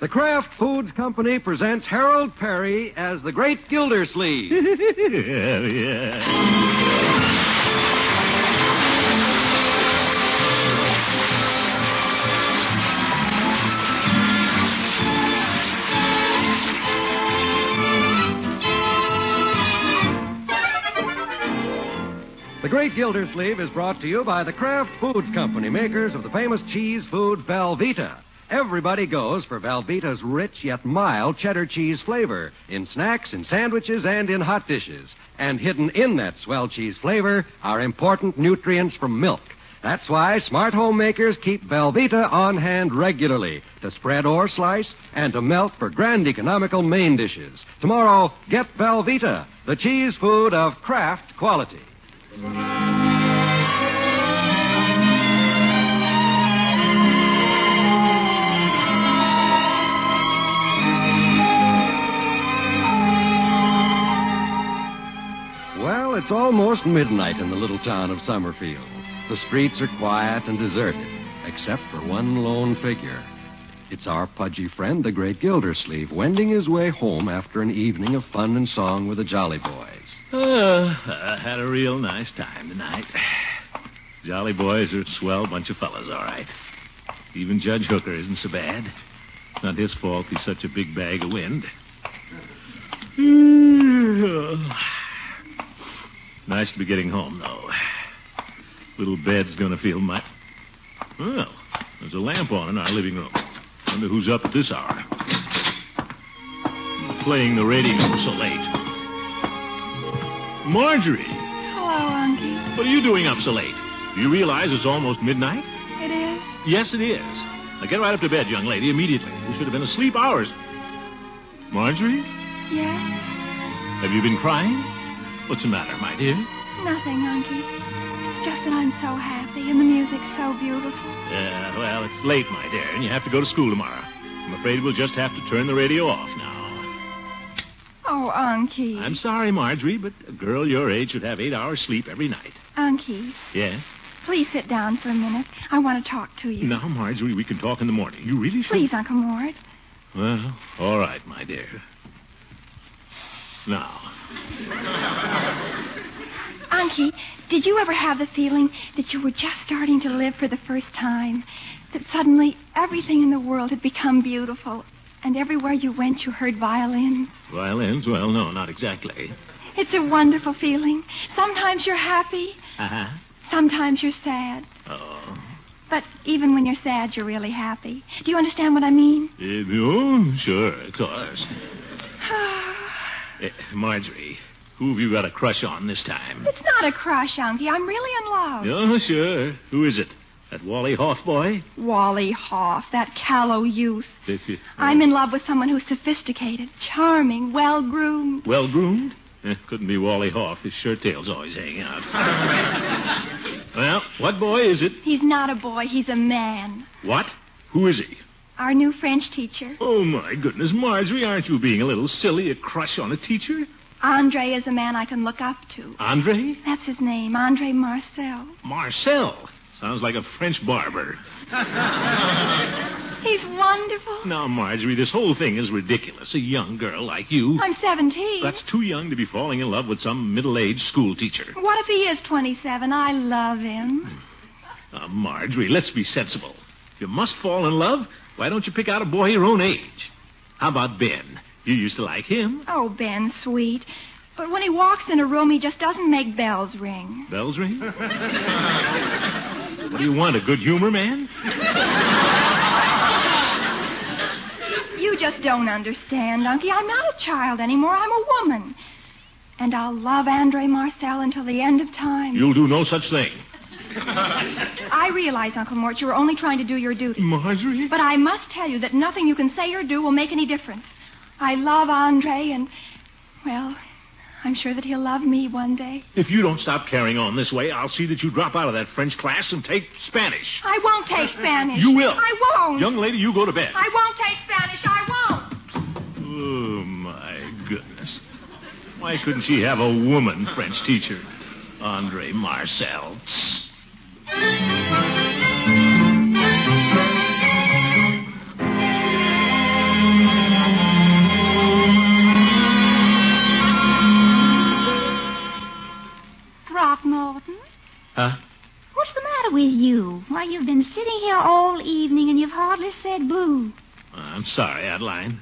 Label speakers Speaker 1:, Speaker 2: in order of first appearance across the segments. Speaker 1: The Kraft Foods Company presents Harold Perry as the Great Gildersleeve. The Great Gildersleeve is brought to you by the Kraft Foods Company, makers of the famous cheese food Velveeta. Everybody goes for Velveeta's rich yet mild cheddar cheese flavor in snacks, in sandwiches, and in hot dishes. And hidden in that swell cheese flavor are important nutrients from milk. That's why smart homemakers keep Velveeta on hand regularly to spread or slice and to melt for grand economical main dishes. Tomorrow, get Velveeta, the cheese food of Kraft quality. Well, it's almost midnight in the little town of Summerfield. The streets are quiet and deserted, except for one lone figure. It's our pudgy friend, the great Gildersleeve, wending his way home after an evening of fun and song with the Jolly Boys.
Speaker 2: Uh, I had a real nice time tonight. Jolly boys are a swell bunch of fellas, all right. Even Judge Hooker isn't so bad. It's Not his fault he's such a big bag of wind. nice to be getting home, though. Little bed's gonna feel much. Well, there's a lamp on in our living room. Wonder who's up at this hour. Playing the radio so late. Marjorie!
Speaker 3: Hello, Unky.
Speaker 2: What are you doing up so late? Do you realize it's almost midnight?
Speaker 3: It is?
Speaker 2: Yes, it is. Now get right up to bed, young lady, immediately. You should have been asleep hours. Marjorie,
Speaker 3: Yes?
Speaker 2: have you been crying? What's the matter, my dear?
Speaker 3: Nothing, Unky. It's just that I'm so happy and the music's so beautiful.
Speaker 2: Uh, well, it's late, my dear, and you have to go to school tomorrow. I'm afraid we'll just have to turn the radio off now.
Speaker 3: Oh, Unky.
Speaker 2: I'm sorry, Marjorie, but a girl your age should have eight hours sleep every night.
Speaker 3: Unky,
Speaker 2: Yeah?
Speaker 3: please sit down for a minute. I want to talk to you.
Speaker 2: Now, Marjorie, we can talk in the morning. You really should.
Speaker 3: Please, Uncle Mort.
Speaker 2: Well, all right, my dear. Now,
Speaker 3: Unky, did you ever have the feeling that you were just starting to live for the first time? That suddenly everything in the world had become beautiful, and everywhere you went you heard violins?
Speaker 2: Violins? Well, no, not exactly.
Speaker 3: It's a wonderful feeling. Sometimes you're happy,
Speaker 2: Uh-huh.
Speaker 3: sometimes you're sad.
Speaker 2: Oh.
Speaker 3: But even when you're sad, you're really happy. Do you understand what I mean?
Speaker 2: Eh, oh, sure, of course. Eh, Marjorie, who have you got a crush on this time?
Speaker 3: it's not a crush, Unky. I'm really in love.
Speaker 2: Oh, sure. Who is it? That Wally Hoff boy?
Speaker 3: Wally Hoff, that callow youth. I'm in love with someone who's sophisticated, charming, well groomed.
Speaker 2: Well groomed? Eh, couldn't be Wally Hoff. His shirt tail's always hanging out. well, what boy is it?
Speaker 3: He's not a boy, he's a man.
Speaker 2: What? Who is he?
Speaker 3: Our new French teacher.
Speaker 2: Oh, my goodness, Marjorie, aren't you being a little silly? A crush on a teacher?
Speaker 3: Andre is a man I can look up to.
Speaker 2: Andre?
Speaker 3: That's his name, Andre Marcel.
Speaker 2: Marcel. Sounds like a French barber.
Speaker 3: He's wonderful.
Speaker 2: Now, Marjorie, this whole thing is ridiculous. A young girl like you.
Speaker 3: I'm 17.
Speaker 2: That's too young to be falling in love with some middle aged school teacher.
Speaker 3: What if he is 27? I love him.
Speaker 2: Now, Uh, Marjorie, let's be sensible. If you must fall in love, why don't you pick out a boy your own age? How about Ben? You used to like him.
Speaker 3: Oh, Ben, sweet. But when he walks in a room, he just doesn't make bells ring.
Speaker 2: Bells ring? what do you want, a good humor man?
Speaker 3: You just don't understand, Unky. I'm not a child anymore. I'm a woman. And I'll love Andre Marcel until the end of time.
Speaker 2: You'll do no such thing.
Speaker 3: I realize, Uncle Mort, you were only trying to do your duty.
Speaker 2: Marjorie?
Speaker 3: But I must tell you that nothing you can say or do will make any difference. I love Andre, and, well, I'm sure that he'll love me one day.
Speaker 2: If you don't stop carrying on this way, I'll see that you drop out of that French class and take Spanish.
Speaker 3: I won't take Spanish.
Speaker 2: You will.
Speaker 3: I won't.
Speaker 2: Young lady, you go to bed.
Speaker 3: I won't take Spanish. I won't.
Speaker 2: Oh, my goodness. Why couldn't she have a woman French teacher? Andre Marcel. Tss.
Speaker 3: Unky,
Speaker 4: Why, you've been sitting here all evening and you've hardly said boo.
Speaker 2: I'm sorry, Adeline.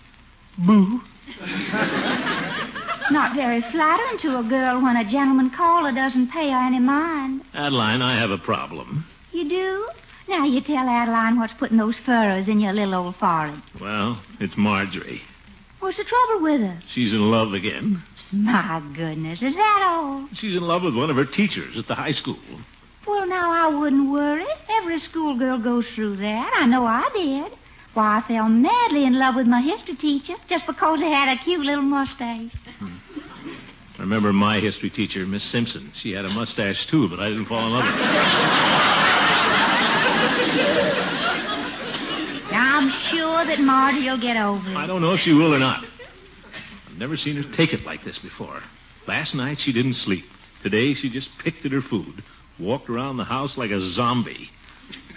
Speaker 4: Not very flattering to a girl when a gentleman caller doesn't pay her any mind.
Speaker 2: Adeline, I have a problem.
Speaker 4: You do? Now you tell Adeline what's putting those furrows in your little old forehead.
Speaker 2: Well, it's Marjorie.
Speaker 4: What's the trouble with her?
Speaker 2: She's in love again.
Speaker 4: My goodness, is that all?
Speaker 2: She's in love with one of her teachers at the high school.
Speaker 4: Well, now I wouldn't worry. Every schoolgirl goes through that. I know I did. Why, I fell madly in love with my history teacher just because he had a cute little mustache.
Speaker 2: I remember my history teacher, Miss Simpson. She had a mustache, too, but I didn't fall in love with her.
Speaker 4: Now, I'm sure that Marty will get over it.
Speaker 2: I don't know if she will or not. I've never seen her take it like this before. Last night, she didn't sleep. Today, she just picked at her food, walked around the house like a zombie.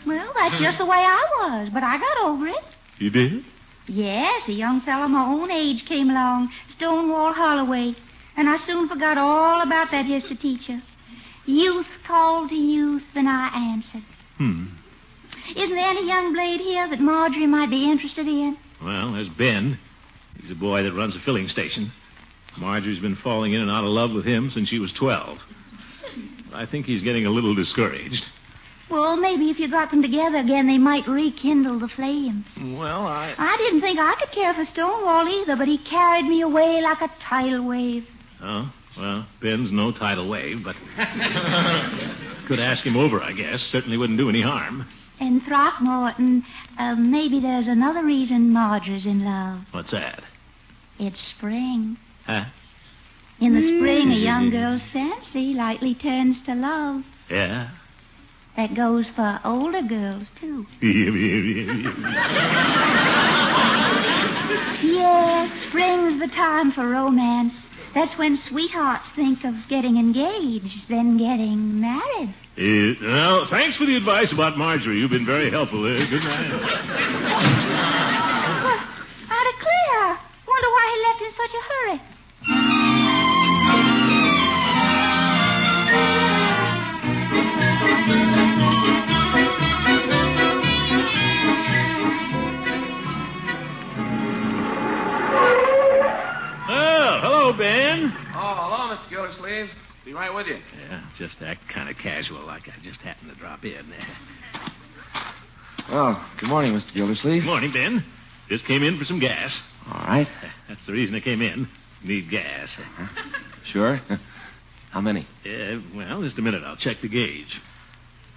Speaker 4: Well, that's just the way I was, but I got over it.
Speaker 2: You did?
Speaker 4: Yes, a young fellow my own age came along, Stonewall Holloway, and I soon forgot all about that history teacher. Youth called to youth, and I answered.
Speaker 2: Hmm.
Speaker 4: Isn't there any young blade here that Marjorie might be interested in?
Speaker 2: Well, there's Ben. He's a boy that runs a filling station. Marjorie's been falling in and out of love with him since she was 12. I think he's getting a little discouraged.
Speaker 4: Well, maybe if you got them together again, they might rekindle the flame.
Speaker 2: Well, I.
Speaker 4: I didn't think I could care for Stonewall either, but he carried me away like a tidal wave.
Speaker 2: Oh, well, Ben's no tidal wave, but. Could ask him over, I guess. Certainly wouldn't do any harm.
Speaker 4: And Throckmorton, uh, maybe there's another reason Marjorie's in love.
Speaker 2: What's that?
Speaker 4: It's spring.
Speaker 2: Huh?
Speaker 4: In the spring, a young girl's fancy lightly turns to love.
Speaker 2: Yeah?
Speaker 4: That goes for older girls, too. Yes, spring's the time for romance. That's when sweethearts think of getting engaged, then getting married.
Speaker 2: Uh, well, thanks for the advice about Marjorie. You've been very helpful. Uh, good night.
Speaker 4: Well, I'd declare. Wonder why he left in such a hurry.
Speaker 2: Oh, hello, Ben.
Speaker 5: Oh, hello, Mr. Gildersleeve. Be right with you.
Speaker 2: Yeah, just act kind of casual, like I just happened to drop in.
Speaker 5: Oh, good morning, Mr. Gildersleeve.
Speaker 2: Good morning, Ben. Just came in for some gas.
Speaker 5: All right.
Speaker 2: That's the reason I came in. Need gas.
Speaker 5: Sure. How many?
Speaker 2: Uh, well, just a minute. I'll check the gauge.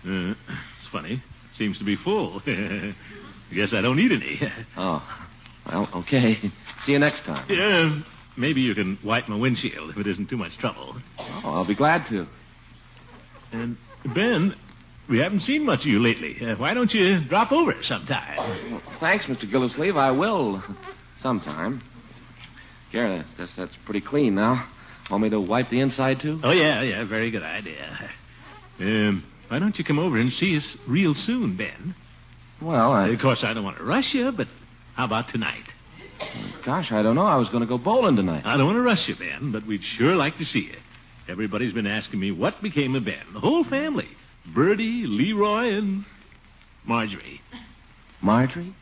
Speaker 2: Uh, it's funny. Seems to be full. Guess I don't need any.
Speaker 5: Oh, well, okay. See you next time.
Speaker 2: yeah, maybe you can wipe my windshield if it isn't too much trouble.
Speaker 5: Oh, I'll be glad to.
Speaker 2: And Ben, we haven't seen much of you lately. Uh, why don't you drop over sometime?
Speaker 5: Well, thanks, Mr. Gildersleeve. I will. Sometime. Here, that's, that's pretty clean now. Want me to wipe the inside, too?
Speaker 2: Oh yeah, yeah, very good idea. Um, why don't you come over and see us real soon, Ben? Uh,
Speaker 5: Well, I.
Speaker 2: Of course, I don't want to rush you, but how about tonight?
Speaker 5: Gosh, I don't know. I was going to go bowling tonight.
Speaker 2: I don't want to rush you, Ben, but we'd sure like to see you. Everybody's been asking me what became of Ben. The whole family. Bertie, Leroy, and Marjorie.
Speaker 5: Marjorie?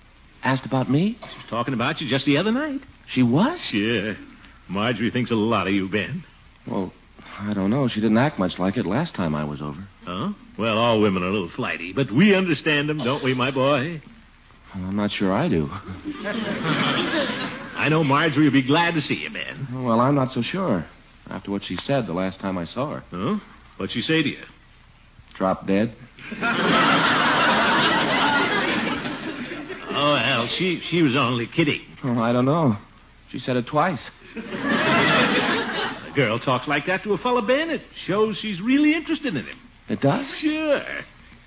Speaker 5: Asked about me?
Speaker 2: She was talking about you just the other night.
Speaker 5: She was?
Speaker 2: Yeah. Marjorie thinks a lot of you, Ben.
Speaker 5: Well, I don't know. She didn't act much like it last time I was over.
Speaker 2: Huh? Well, all women are a little flighty, but we understand them, don't we, my boy?
Speaker 5: Well, I'm not sure I do.
Speaker 2: I know Marjorie will be glad to see you, Ben.
Speaker 5: Well, I'm not so sure. After what she said the last time I saw her.
Speaker 2: Huh? What'd she say to you?
Speaker 5: Drop dead.
Speaker 2: Oh, well, she, she was only kidding.
Speaker 5: Oh, I don't know. She said it twice.
Speaker 2: A girl talks like that to a fella, Ben. It shows she's really interested in him.
Speaker 5: It does?
Speaker 2: Sure. If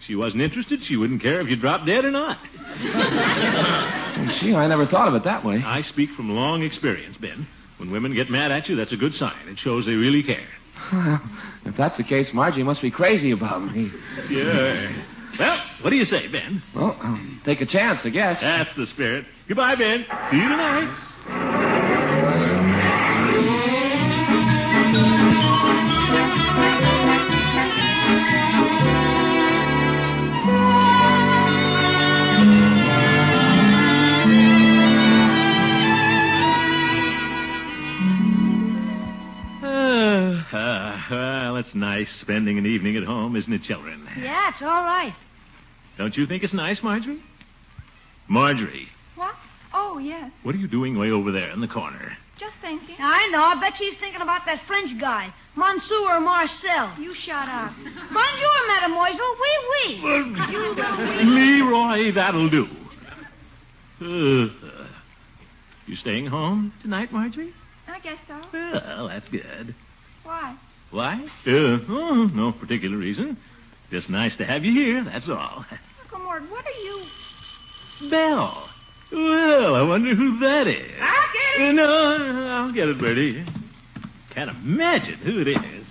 Speaker 2: She wasn't interested. She wouldn't care if you dropped dead or not.
Speaker 5: And gee, I never thought of it that way.
Speaker 2: I speak from long experience, Ben. When women get mad at you, that's a good sign. It shows they really care.
Speaker 5: if that's the case, Margie must be crazy about me.
Speaker 2: Sure. Well, what do you say, Ben?
Speaker 5: Well, I'll take a chance, I guess.
Speaker 2: That's the spirit. Goodbye, Ben. See you tonight.
Speaker 5: Well,
Speaker 2: Uh, nice spending an evening at home, isn't it, children?
Speaker 4: Yeah, it's all right.
Speaker 2: Don't you think it's nice, Marjorie? Marjorie,
Speaker 3: What? Oh, yes.
Speaker 2: what are you doing way over there in the corner?
Speaker 3: Just thinking.
Speaker 4: I know. I bet she's thinking about that French guy, Monsieur Marcel.
Speaker 3: You shut up.
Speaker 4: Bonjour, mademoiselle. Oui, oui.
Speaker 2: Leroy, that'll do. Uh, you staying home tonight, Marjorie?
Speaker 3: I guess so.
Speaker 2: Well, that's good.
Speaker 3: Why?
Speaker 2: Why? Uh, oh, no particular reason. Just nice to have you here, that's all.
Speaker 3: Uncle Mort, what are you?
Speaker 2: Bell. Well, I wonder who that is.
Speaker 4: I'll get
Speaker 2: Uh, No, no, I'll get it, Bertie. Can't imagine who it is.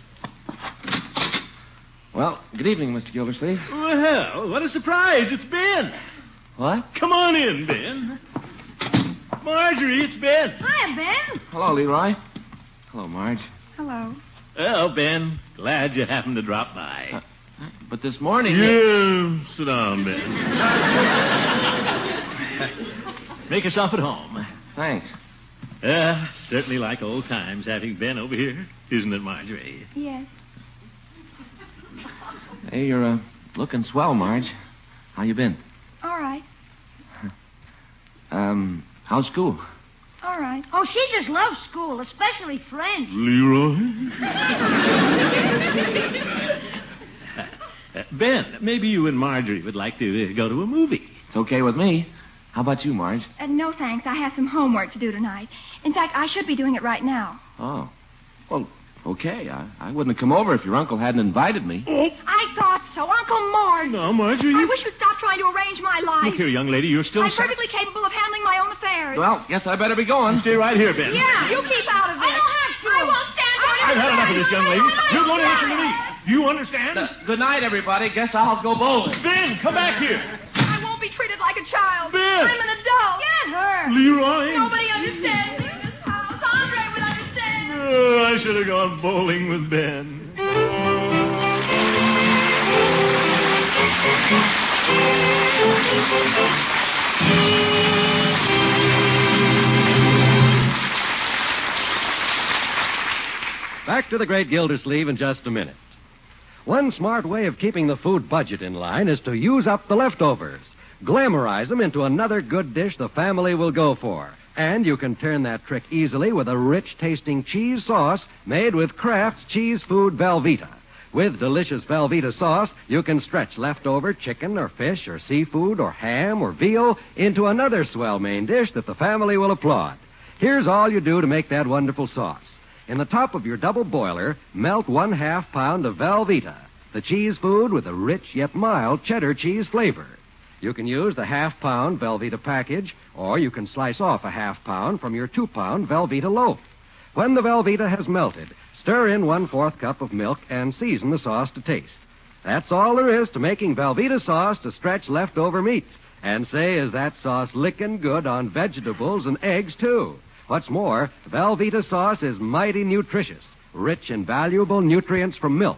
Speaker 5: Well, good evening, Mr. Gildersleeve.
Speaker 2: Well, what a surprise. It's Ben.
Speaker 5: What?
Speaker 2: Come on in, Ben. Marjorie, it's Ben.
Speaker 4: Hi, Ben.
Speaker 5: Hello, Leroy. Hello, Marge.
Speaker 3: Hello.
Speaker 2: Well, Ben, glad you happened to drop by.
Speaker 5: But this morning. uh,
Speaker 2: You sit down, Ben. Make yourself at home.
Speaker 5: Thanks.
Speaker 2: Uh, certainly like old times having Ben over here, isn't it, Marjorie?
Speaker 3: Yes.
Speaker 5: Hey, you're uh, looking swell, Marge. How you been?
Speaker 3: All right.
Speaker 5: Um, how's school?
Speaker 3: All right.
Speaker 4: Oh, she just loves school, especially French.
Speaker 2: Leroy? Uh, ben, maybe you and Marjorie would like to uh, go to a movie.
Speaker 5: It's okay with me. How about you, Marge?
Speaker 3: Uh, no thanks. I have some homework to do tonight. In fact, I should be doing it right now.
Speaker 5: Oh. Well, okay. I, I wouldn't have come over if your uncle hadn't invited me.
Speaker 3: I thought so. Uncle Mort.
Speaker 2: No, Marjorie.
Speaker 3: I wish you'd stop trying to arrange my
Speaker 2: Look
Speaker 3: life.
Speaker 2: here, young lady, you're still.
Speaker 3: I'm perfectly capable of handling my own affairs.
Speaker 5: Well, guess I better be going.
Speaker 2: Stay right here, Ben.
Speaker 3: Yeah, you keep out of this. I don't have to. I won't stand for it.
Speaker 2: I've had enough of this, young lady. You're going to listen to me. You understand?
Speaker 5: Good night, everybody. Guess I'll go bowling.
Speaker 2: Ben, come back here.
Speaker 3: I won't be treated like a child.
Speaker 2: Ben.
Speaker 3: I'm an adult. Get her.
Speaker 2: Leroy.
Speaker 3: Nobody understands me in this house. Andre would understand.
Speaker 2: Oh, I should have gone bowling with Ben.
Speaker 1: Back to the great Gildersleeve in just a minute. One smart way of keeping the food budget in line is to use up the leftovers. Glamorize them into another good dish the family will go for. And you can turn that trick easily with a rich tasting cheese sauce made with Kraft's Cheese Food Velveeta. With delicious Velveeta sauce, you can stretch leftover chicken or fish or seafood or ham or veal into another swell main dish that the family will applaud. Here's all you do to make that wonderful sauce. In the top of your double boiler, melt one half pound of Velveeta, the cheese food with a rich yet mild cheddar cheese flavor. You can use the half pound Velveeta package, or you can slice off a half pound from your two pound Velveeta loaf. When the Velveeta has melted, stir in one fourth cup of milk and season the sauce to taste. That's all there is to making Velveeta sauce to stretch leftover meats. And say, is that sauce lickin' good on vegetables and eggs, too? What's more, Velveeta sauce is mighty nutritious, rich in valuable nutrients from milk.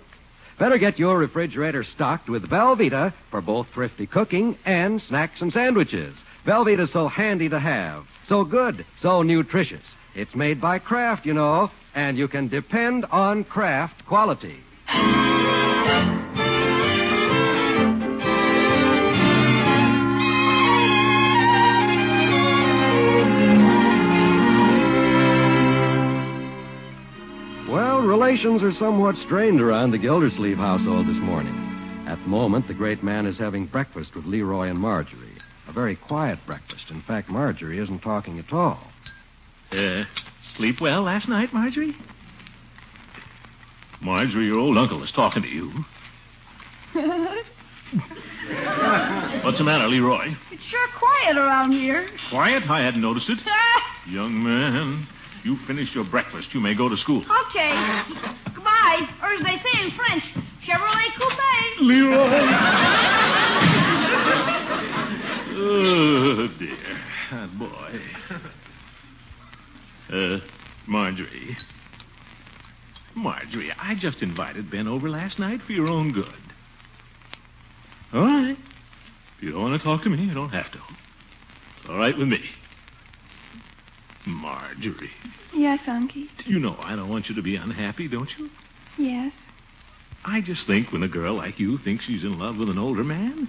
Speaker 1: Better get your refrigerator stocked with Velveeta for both thrifty cooking and snacks and sandwiches. Velveeta's so handy to have, so good, so nutritious. It's made by Kraft, you know, and you can depend on Kraft quality. Well, relations are somewhat strained around the Gildersleeve household this morning. At the moment, the great man is having breakfast with Leroy and Marjorie. A very quiet breakfast. In fact, Marjorie isn't talking at all.
Speaker 2: Uh, sleep well last night, Marjorie? Marjorie, your old uncle is talking to you. What's the matter, Leroy?
Speaker 4: It's sure quiet around here.
Speaker 2: Quiet? I hadn't noticed it.
Speaker 4: Uh,
Speaker 2: Young man, you finished your breakfast. You may go to school.
Speaker 4: okay. Goodbye. Or as they say in French, Chevrolet Coupe.
Speaker 2: Leroy. oh, dear. Ah, boy. Uh, Marjorie. Marjorie, I just invited Ben over last night for your own good. All right. If you don't want to talk to me, you don't have to. It's all right with me. Marjorie,
Speaker 3: Yes, Unky.
Speaker 2: you know I don't want you to be unhappy, don't you?
Speaker 3: Yes.
Speaker 2: I just think when a girl like you thinks she's in love with an older man,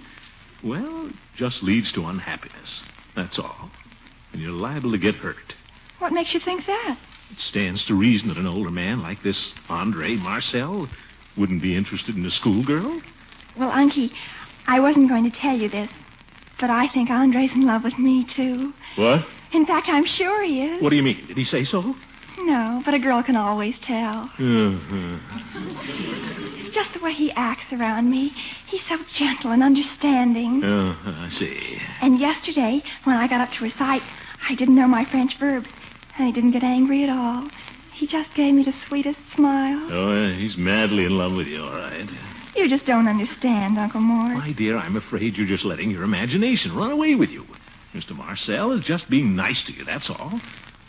Speaker 2: well, it just leads to unhappiness. That's all. And you're liable to get hurt.
Speaker 3: What makes you think that?
Speaker 2: It stands to reason that an older man like this Andre Marcel wouldn't be interested in a schoolgirl.
Speaker 3: Well, Unky, I wasn't going to tell you this, but I think Andre's in love with me, too.
Speaker 2: What?
Speaker 3: In fact, I'm sure he is.
Speaker 2: What do you mean? Did he say so?
Speaker 3: No, but a girl can always tell.
Speaker 2: Uh-huh.
Speaker 3: It's just the way he acts around me. He's so gentle and understanding.
Speaker 2: Uh, I see.
Speaker 3: And yesterday, when I got up to recite, I didn't know my French verbs, and he didn't get angry at all. He just gave me the sweetest smile.
Speaker 2: Oh, yeah, he's madly in love with you, all right.
Speaker 3: You just don't understand, Uncle Mort.
Speaker 2: My dear, I'm afraid you're just letting your imagination run away with you. Mr. Marcel is just being nice to you, that's all.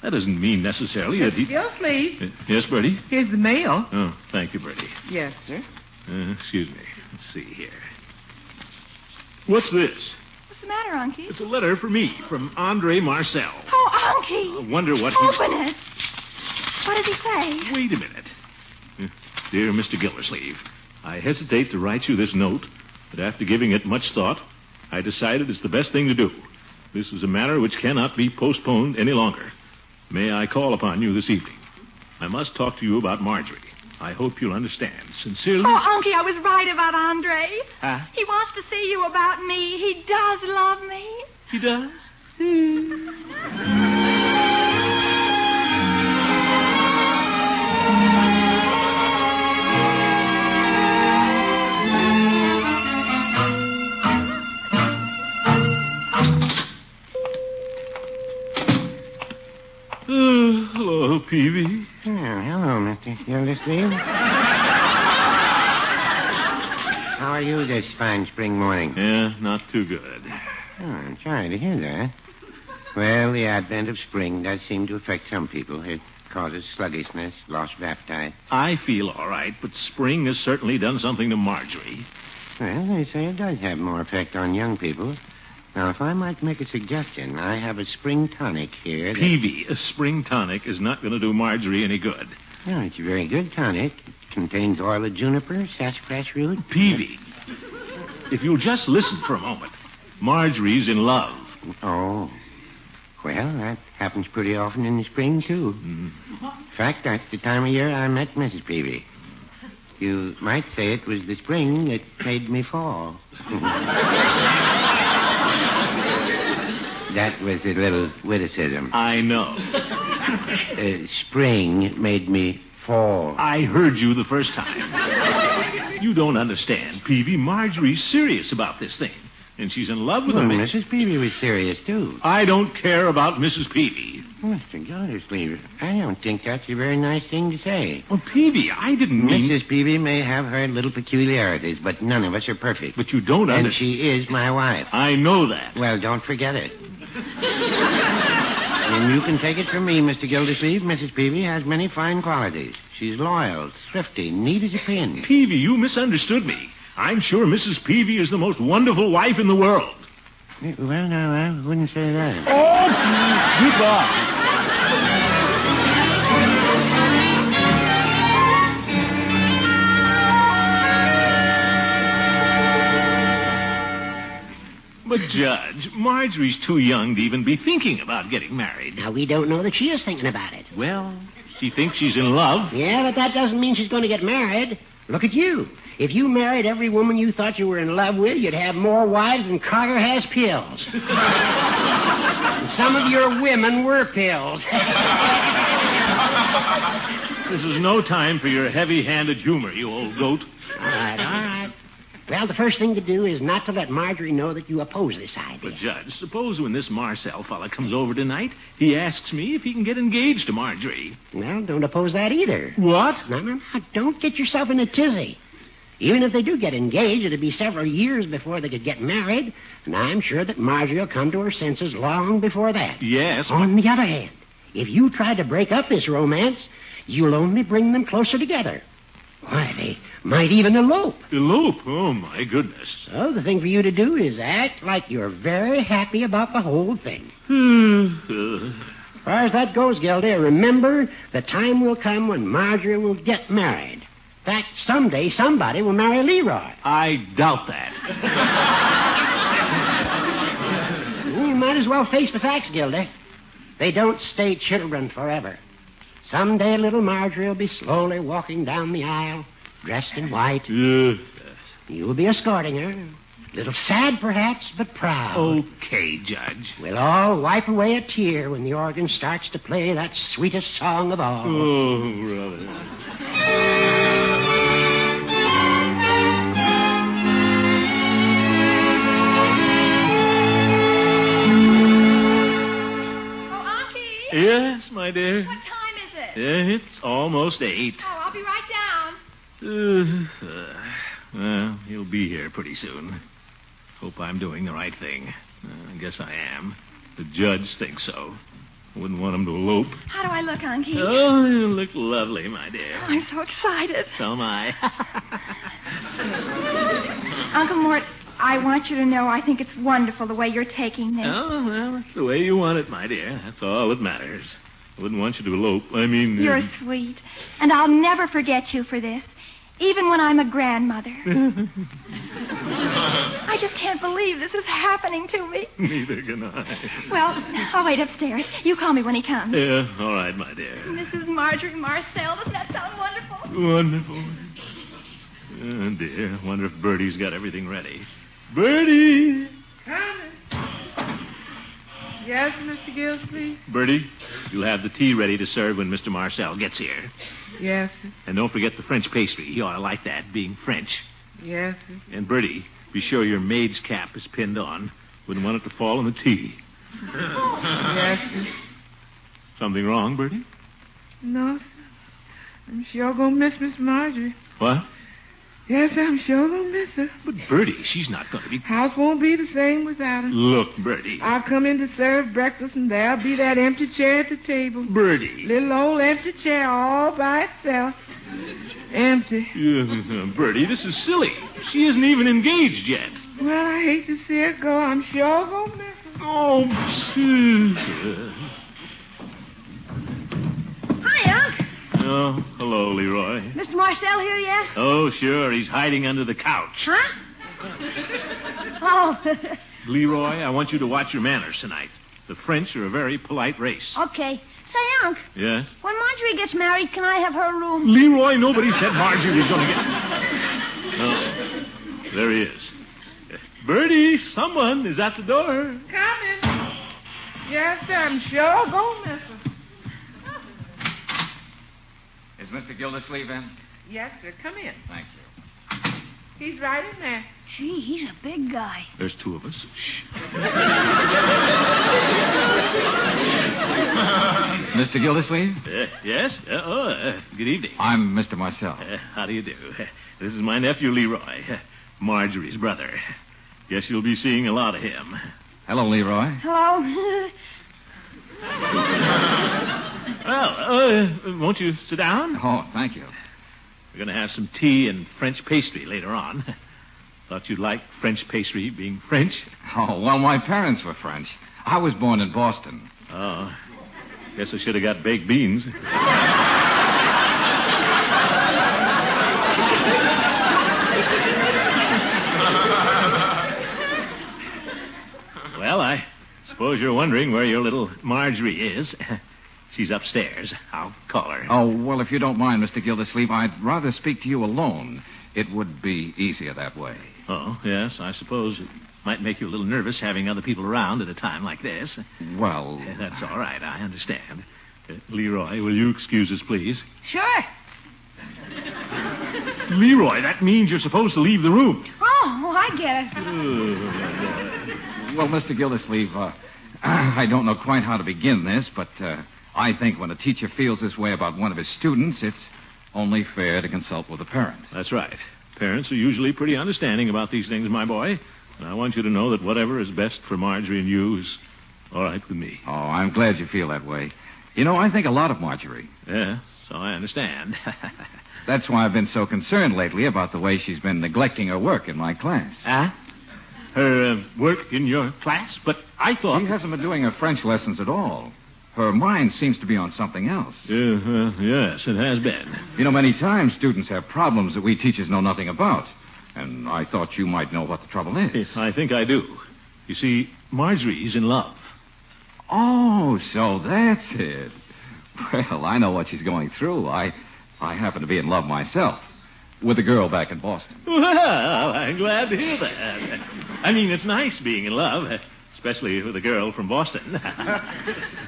Speaker 2: That doesn't mean necessarily that he.
Speaker 6: Excuse me.
Speaker 2: Uh, Yes, Bertie?
Speaker 6: Here's the mail.
Speaker 2: Oh, thank you, Bertie.
Speaker 6: Yes, sir.
Speaker 2: Uh, excuse me. Let's see here. What's this?
Speaker 3: What's the matter, Unky?
Speaker 2: It's a letter for me from Andre Marcel.
Speaker 3: Oh, Unky!
Speaker 2: I wonder what he.
Speaker 3: Open it. What did he say?
Speaker 2: Wait a minute. Uh, Dear Mr. Gildersleeve, I hesitate to write you this note, but after giving it much thought, I decided it's the best thing to do. This is a matter which cannot be postponed any longer. May I call upon you this evening? I must talk to you about Marjorie. I hope you'll understand. Sincerely.
Speaker 3: Oh, Unky, I was right about Andre.
Speaker 2: Huh?
Speaker 3: He wants to see you about me. He does love me.
Speaker 2: He does? Uh, Hello, Peavy.
Speaker 7: hello, Mr. Gildersleeve. How are you this fine spring morning?
Speaker 2: Yeah, not too good.
Speaker 7: Oh, I'm sorry to hear that. Well, the advent of spring does seem to affect some people. It causes sluggishness, loss of appetite.
Speaker 2: I feel all right, but spring has certainly done something to Marjorie.
Speaker 7: Well, they say it does have more effect on young people. Now, if I might make a suggestion, I have a spring tonic here. that-
Speaker 2: Peavy, a spring tonic is not going to do Marjorie any good.
Speaker 7: No, Oh, it's a very good tonic. It contains oil of juniper, sassafras root.
Speaker 2: Peavy, if you'll just listen for a moment, Marjorie's in love.
Speaker 7: Oh. Well, that happens pretty often in the spring, too. In fact, that's the time of year I met Mrs. Peavy. You might say it was the spring that made me fall. that was a little witticism.
Speaker 2: I know.
Speaker 7: Uh, spring made me fall.
Speaker 2: I heard you the first time. You don't understand, Peavy. Marjorie's serious about this thing, and she's in love with
Speaker 7: Well,
Speaker 2: him.
Speaker 7: Mrs. Peavy was serious, too.
Speaker 2: I don't care about Mrs. Peavy.
Speaker 7: Mr. Gildersleeve, I don't think that's a very nice thing to say.
Speaker 2: Well, Peavy, I didn't mean.
Speaker 7: Mrs. Peavy may have her little peculiarities, but none of us are perfect.
Speaker 2: But you don't
Speaker 7: And
Speaker 2: understand.
Speaker 7: she is my wife.
Speaker 2: I know that.
Speaker 7: Well, don't forget it. and you can take it from me, Mr. Gildersleeve. Mrs. Peavy has many fine qualities. She's loyal, thrifty, neat as a pin.
Speaker 2: Peavy, you misunderstood me. I'm sure Mrs. Peavy is the most wonderful wife in the world.
Speaker 7: Well, no, I wouldn't say that.
Speaker 2: Oh, goodbye. But, Judge, Marjorie's too young to even be thinking about getting married.
Speaker 8: Now, we don't know that she is thinking about it.
Speaker 2: Well, she thinks she's in love.
Speaker 8: Yeah, but that doesn't mean she's going to get married. Look at you. If you married every woman you thought you were in love with, you'd have more wives than Carter has pills. And Some of your women were pills.
Speaker 2: This is no time for your heavy handed humor, you old goat.
Speaker 8: all right, all right. Well, the first thing to do is not to let Marjorie know that you oppose this idea.
Speaker 2: But, Judge, suppose when this Marcel fella comes over tonight, he asks me if he can get engaged to Marjorie.
Speaker 8: Well, don't oppose that either.
Speaker 2: What?
Speaker 8: No, no, no. Don't get yourself in a tizzy. Even if they do get engaged, it'll be several years before they could get married, and I'm sure that Marjorie will come to her senses long before that.
Speaker 2: Yes.
Speaker 8: On the other hand, if you try to break up this romance, you'll only bring them closer together. Why, they might even elope.
Speaker 2: Elope? Oh, my goodness.
Speaker 8: So the thing for you to do is act like you're very happy about the whole thing.
Speaker 2: Uh,
Speaker 8: As far as that goes, Gilda, remember the time will come when Marjorie will get married. fact, someday somebody will marry Leroy.
Speaker 2: I doubt that.
Speaker 8: You might as well face the facts, Gilda. They don't stay children forever. Someday little Marjorie will be slowly walking down the aisle, dressed in white. You'll be escorting her. A little sad, perhaps, but proud.
Speaker 7: Oh.
Speaker 2: Okay, Judge.
Speaker 8: We'll all wipe away a tear when the organ starts to play that sweetest song of all.
Speaker 2: Oh, brother.
Speaker 3: Oh, Unky!
Speaker 2: Yes, my dear.
Speaker 3: What time is it?
Speaker 2: It's almost eight.
Speaker 3: Oh, I'll be right down.
Speaker 2: Uh, uh, well, he'll be here pretty soon. Hope I'm doing the right thing. Uh, I guess I am. The judge thinks so. Wouldn't want him to elope.
Speaker 3: How do I look, Unky?
Speaker 2: Oh, you look lovely, my
Speaker 3: Oh,
Speaker 2: dear.
Speaker 3: I'm so excited.
Speaker 2: So am I.
Speaker 3: Uncle Mort, I want you to know I think it's wonderful the way you're taking this.
Speaker 2: oh, well, it's the way you want it, my dear. That's all that matters. Wouldn't want you to elope. I mean.
Speaker 3: You're
Speaker 2: uh,
Speaker 3: sweet, and I'll never forget you for this, even when I'm a grandmother. I just can't believe this is happening to me.
Speaker 2: Neither can I.
Speaker 3: Well, I'll wait upstairs. You call me when he comes.
Speaker 2: Yeah, all right, my dear.
Speaker 3: Mrs. Marjorie Marcel, doesn't that sound wonderful?
Speaker 2: Wonderful. Oh, dear. Wonder if Bertie's got everything ready. Bertie!
Speaker 6: Coming. Yes, Mr. Gillespie?
Speaker 2: Bertie, you'll have the tea ready to serve when Mr. Marcel gets here.
Speaker 6: Yes, sir.
Speaker 2: And don't forget the French pastry. He ought to like that, being French.
Speaker 6: yes. sir.
Speaker 2: And Bertie, be sure your maid's cap is pinned on. Wouldn't want it to fall on the tea.
Speaker 3: Oh.
Speaker 6: Yes, sir.
Speaker 2: Something wrong, Bertie?
Speaker 6: No, sir. I'm sure gonna miss Miss Marjorie.
Speaker 2: What?
Speaker 6: Yes, I'm sure gonna miss her.
Speaker 2: But Bertie, she's not going to be.
Speaker 6: House won't be the same without her.
Speaker 2: Look, Bertie.
Speaker 6: I'll come in to serve breakfast, and there'll be that empty chair at the table.
Speaker 2: Bertie.
Speaker 6: Little old empty chair all by itself. Empty.
Speaker 2: Yeah, Bertie, this is silly. She isn't even engaged yet.
Speaker 6: Well, I hate to see her go. I'm sure gonna miss her.
Speaker 2: Oh, phew.
Speaker 4: Hi, Unc.
Speaker 2: oh, hello, Leroy.
Speaker 4: Mr. Marcel here yet?
Speaker 2: Oh, sure, he's hiding under the couch.
Speaker 4: Huh?
Speaker 2: Leroy, I want you to watch your manners tonight. The French are a very polite race.
Speaker 4: oh, okay. Say, Unc,
Speaker 2: Yeah?
Speaker 4: when Marjorie gets married, can I have her room?
Speaker 2: Leroy, nobody said Marjorie was going to get. Oh, there he is. Bertie, someone is at the door.
Speaker 6: Coming. Yes, sir. I'm sure gonna miss her.
Speaker 5: Is Mr. Gildersleeve in?
Speaker 6: Yes, sir. Come in.
Speaker 5: Thank you.
Speaker 6: He's right in there.
Speaker 4: Gee, he's a big guy.
Speaker 2: There's two of us. Shh.
Speaker 5: Mr. Gildersleeve?
Speaker 2: Uh, yes? Uh, oh, uh, good evening.
Speaker 5: I'm Mr. Marcel.
Speaker 2: Uh, how do you do? This is my nephew, Leroy, uh, Marjorie's brother. Guess you'll be seeing a lot of him.
Speaker 5: Hello, Leroy.
Speaker 3: Hello?
Speaker 2: Well, uh, won't you sit down?
Speaker 5: Oh, thank you.
Speaker 2: We're going to have some tea and French pastry later on. Thought you'd like French pastry being French.
Speaker 5: Oh, well, my parents were French. I was born in Boston.
Speaker 2: Oh, guess I should have got baked beans. well, I suppose you're wondering where your little Marjorie is. She's upstairs. I'll call her.
Speaker 5: Oh, well, if you don't mind, Mr. Gildersleeve, I'd rather speak to you alone. It would be easier that way.
Speaker 2: Oh, yes, I suppose it might make you a little nervous having other people around at a time like this.
Speaker 5: Well,
Speaker 2: That's all right. I understand. Uh, Leroy, will you excuse us, please?
Speaker 4: Sure.
Speaker 2: Leroy, that means you're supposed to leave the room.
Speaker 4: Oh, I get it.
Speaker 5: well, Mr. Gildersleeve, uh, I don't know quite how to begin this, but uh, I think when a teacher feels this way about one of his students, it's only fair to consult with a parent.
Speaker 2: That's right. Parents are usually pretty understanding about these things, my boy. And I want you to know that whatever is best for Marjorie and you is all right with me.
Speaker 5: Oh, I'm glad you feel that way. You know, I think a lot of Marjorie.
Speaker 2: Yeah, so I understand.
Speaker 5: That's why I've been so concerned lately about the way she's been neglecting her work in my class.
Speaker 2: Ah? Her uh, work in your class? But I thought.
Speaker 5: She hasn't been doing her French lessons at all. Her mind seems to be on something else.
Speaker 2: Yeah, well, Uh, yes, it has been.
Speaker 5: You know, many times students have problems that we teachers know nothing about. And I thought you might know what the trouble is.
Speaker 2: I think I do. You see, Marjorie's in love.
Speaker 5: Oh, so that's it. Well, I know what she's going through. I, I happen to be in love myself with a girl back in Boston.
Speaker 2: Well, I'm glad to hear that. I mean, it's nice being in love, especially with a girl from Boston.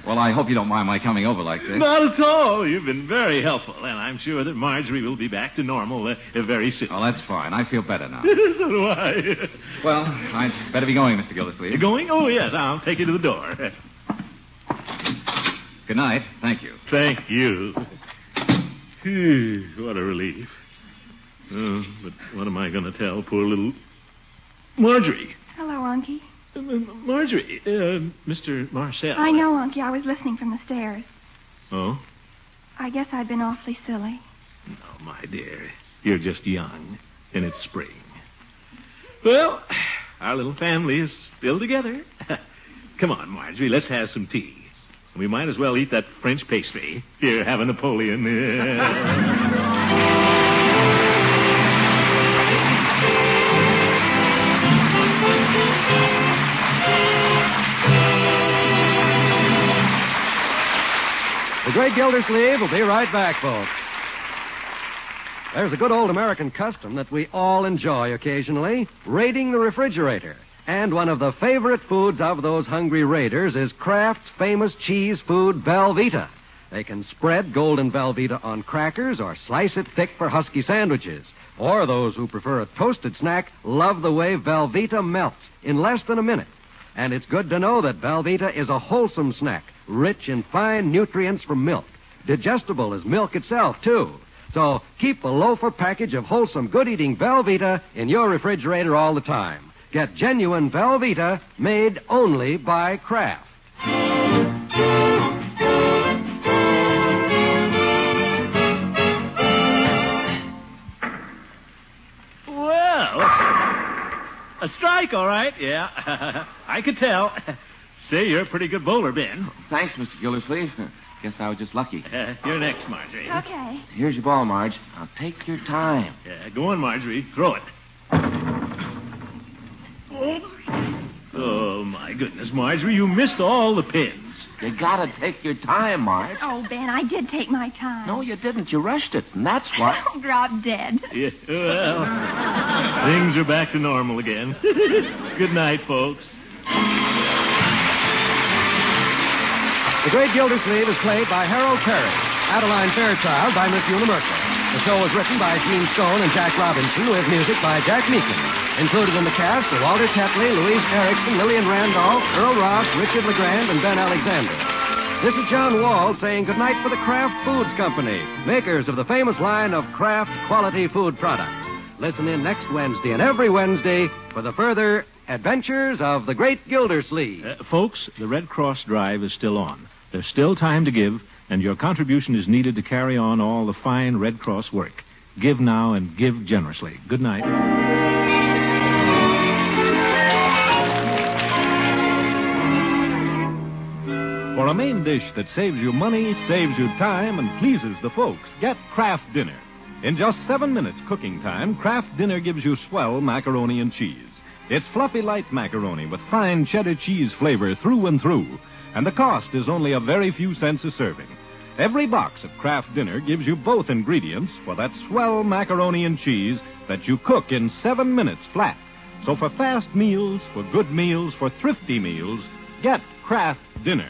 Speaker 5: Well, I hope you don't mind my coming over like this.
Speaker 2: Not at all. You've been very helpful, and I'm sure that Marjorie will be back to normal uh, uh, very soon.
Speaker 5: Oh, that's fine. I feel better now.
Speaker 2: so do I.
Speaker 5: Well, I'd better be going, Mr.
Speaker 2: You
Speaker 5: Gildersleeve.
Speaker 2: going? Oh, yes. I'll take you to the door.
Speaker 5: Good night. Thank you.
Speaker 2: Thank you. Phew, what a relief. Oh, but what am I going to tell poor little Marjorie?
Speaker 3: Hello, Unky.
Speaker 2: Uh, Marjorie, uh, Mr. Marcel.
Speaker 3: I know, Unky. I was listening from the stairs.
Speaker 2: Oh,
Speaker 3: I guess I've been awfully silly.
Speaker 2: no, my dear. You're just young, and it's spring. Well, our little family is still together. Come on, Marjorie, let's have some tea. We might as well eat that French pastry. Here, have a Napoleon.
Speaker 1: The Great Gildersleeve will be right back, folks. There's a good old American custom that we all enjoy occasionally raiding the refrigerator. And one of the favorite foods of those hungry raiders is Kraft's famous cheese food, Velveeta. They can spread golden Velveeta on crackers or slice it thick for husky sandwiches. Or those who prefer a toasted snack love the way Velveeta melts in less than a minute. And it's good to know that Velveeta is a wholesome snack, rich in fine nutrients from milk. Digestible as milk itself, too. So keep a loafer package of wholesome, good eating Velveeta in your refrigerator all the time. Get genuine Velveeta made only by Kraft.
Speaker 2: Well, a strike, all right. Yeah, I could tell. Say, you're a pretty good bowler, Ben.
Speaker 5: Thanks, Mr. Gildersleeve. Guess I was just lucky.
Speaker 2: Uh, you're next, Marjorie.
Speaker 3: Okay.
Speaker 7: Here's your ball, Marge. Now take your time.
Speaker 2: Yeah, go on, Marjorie. Throw it. Oh, my goodness, Marjorie, you missed all the pins.
Speaker 7: You gotta take your time, Marge.
Speaker 3: Oh, Ben, I did take my time.
Speaker 7: No, you didn't. You rushed it, and that's why.
Speaker 3: I'll drop dead.
Speaker 2: Yeah, well, things are back to normal again. Good night, folks.
Speaker 1: The Great Gildersleeve is played by Harold Perry. Adeline Fairchild by Miss Una Merkel. The show was written by Gene Stone and Jack Robinson with music by Jack Meekin. Included in the cast are Walter Tetley, Louise Erickson, Lillian Randolph, Earl Ross, Richard LeGrand, and Ben Alexander. This is John Wall saying goodnight for the Kraft Foods Company, makers of the famous line of Kraft quality food products. Listen in next Wednesday and every Wednesday for the further adventures of the Great Gildersleeve.
Speaker 2: Uh, folks, the Red Cross drive is still on. There's still time to give, and your contribution is needed to carry on all the fine Red Cross work. Give now and give generously. Good night.
Speaker 9: For a main dish that saves you money, saves you time, and pleases the folks, get Kraft Dinner. In just seven minutes cooking time, Kraft Dinner gives you swell macaroni and cheese. It's fluffy light macaroni with fine cheddar cheese flavor through and through, and the cost is only a very few cents a serving. Every box of Kraft Dinner gives you both ingredients for that swell macaroni and cheese that you cook in seven minutes flat. So for fast meals, for good meals, for thrifty meals, get Kraft Dinner.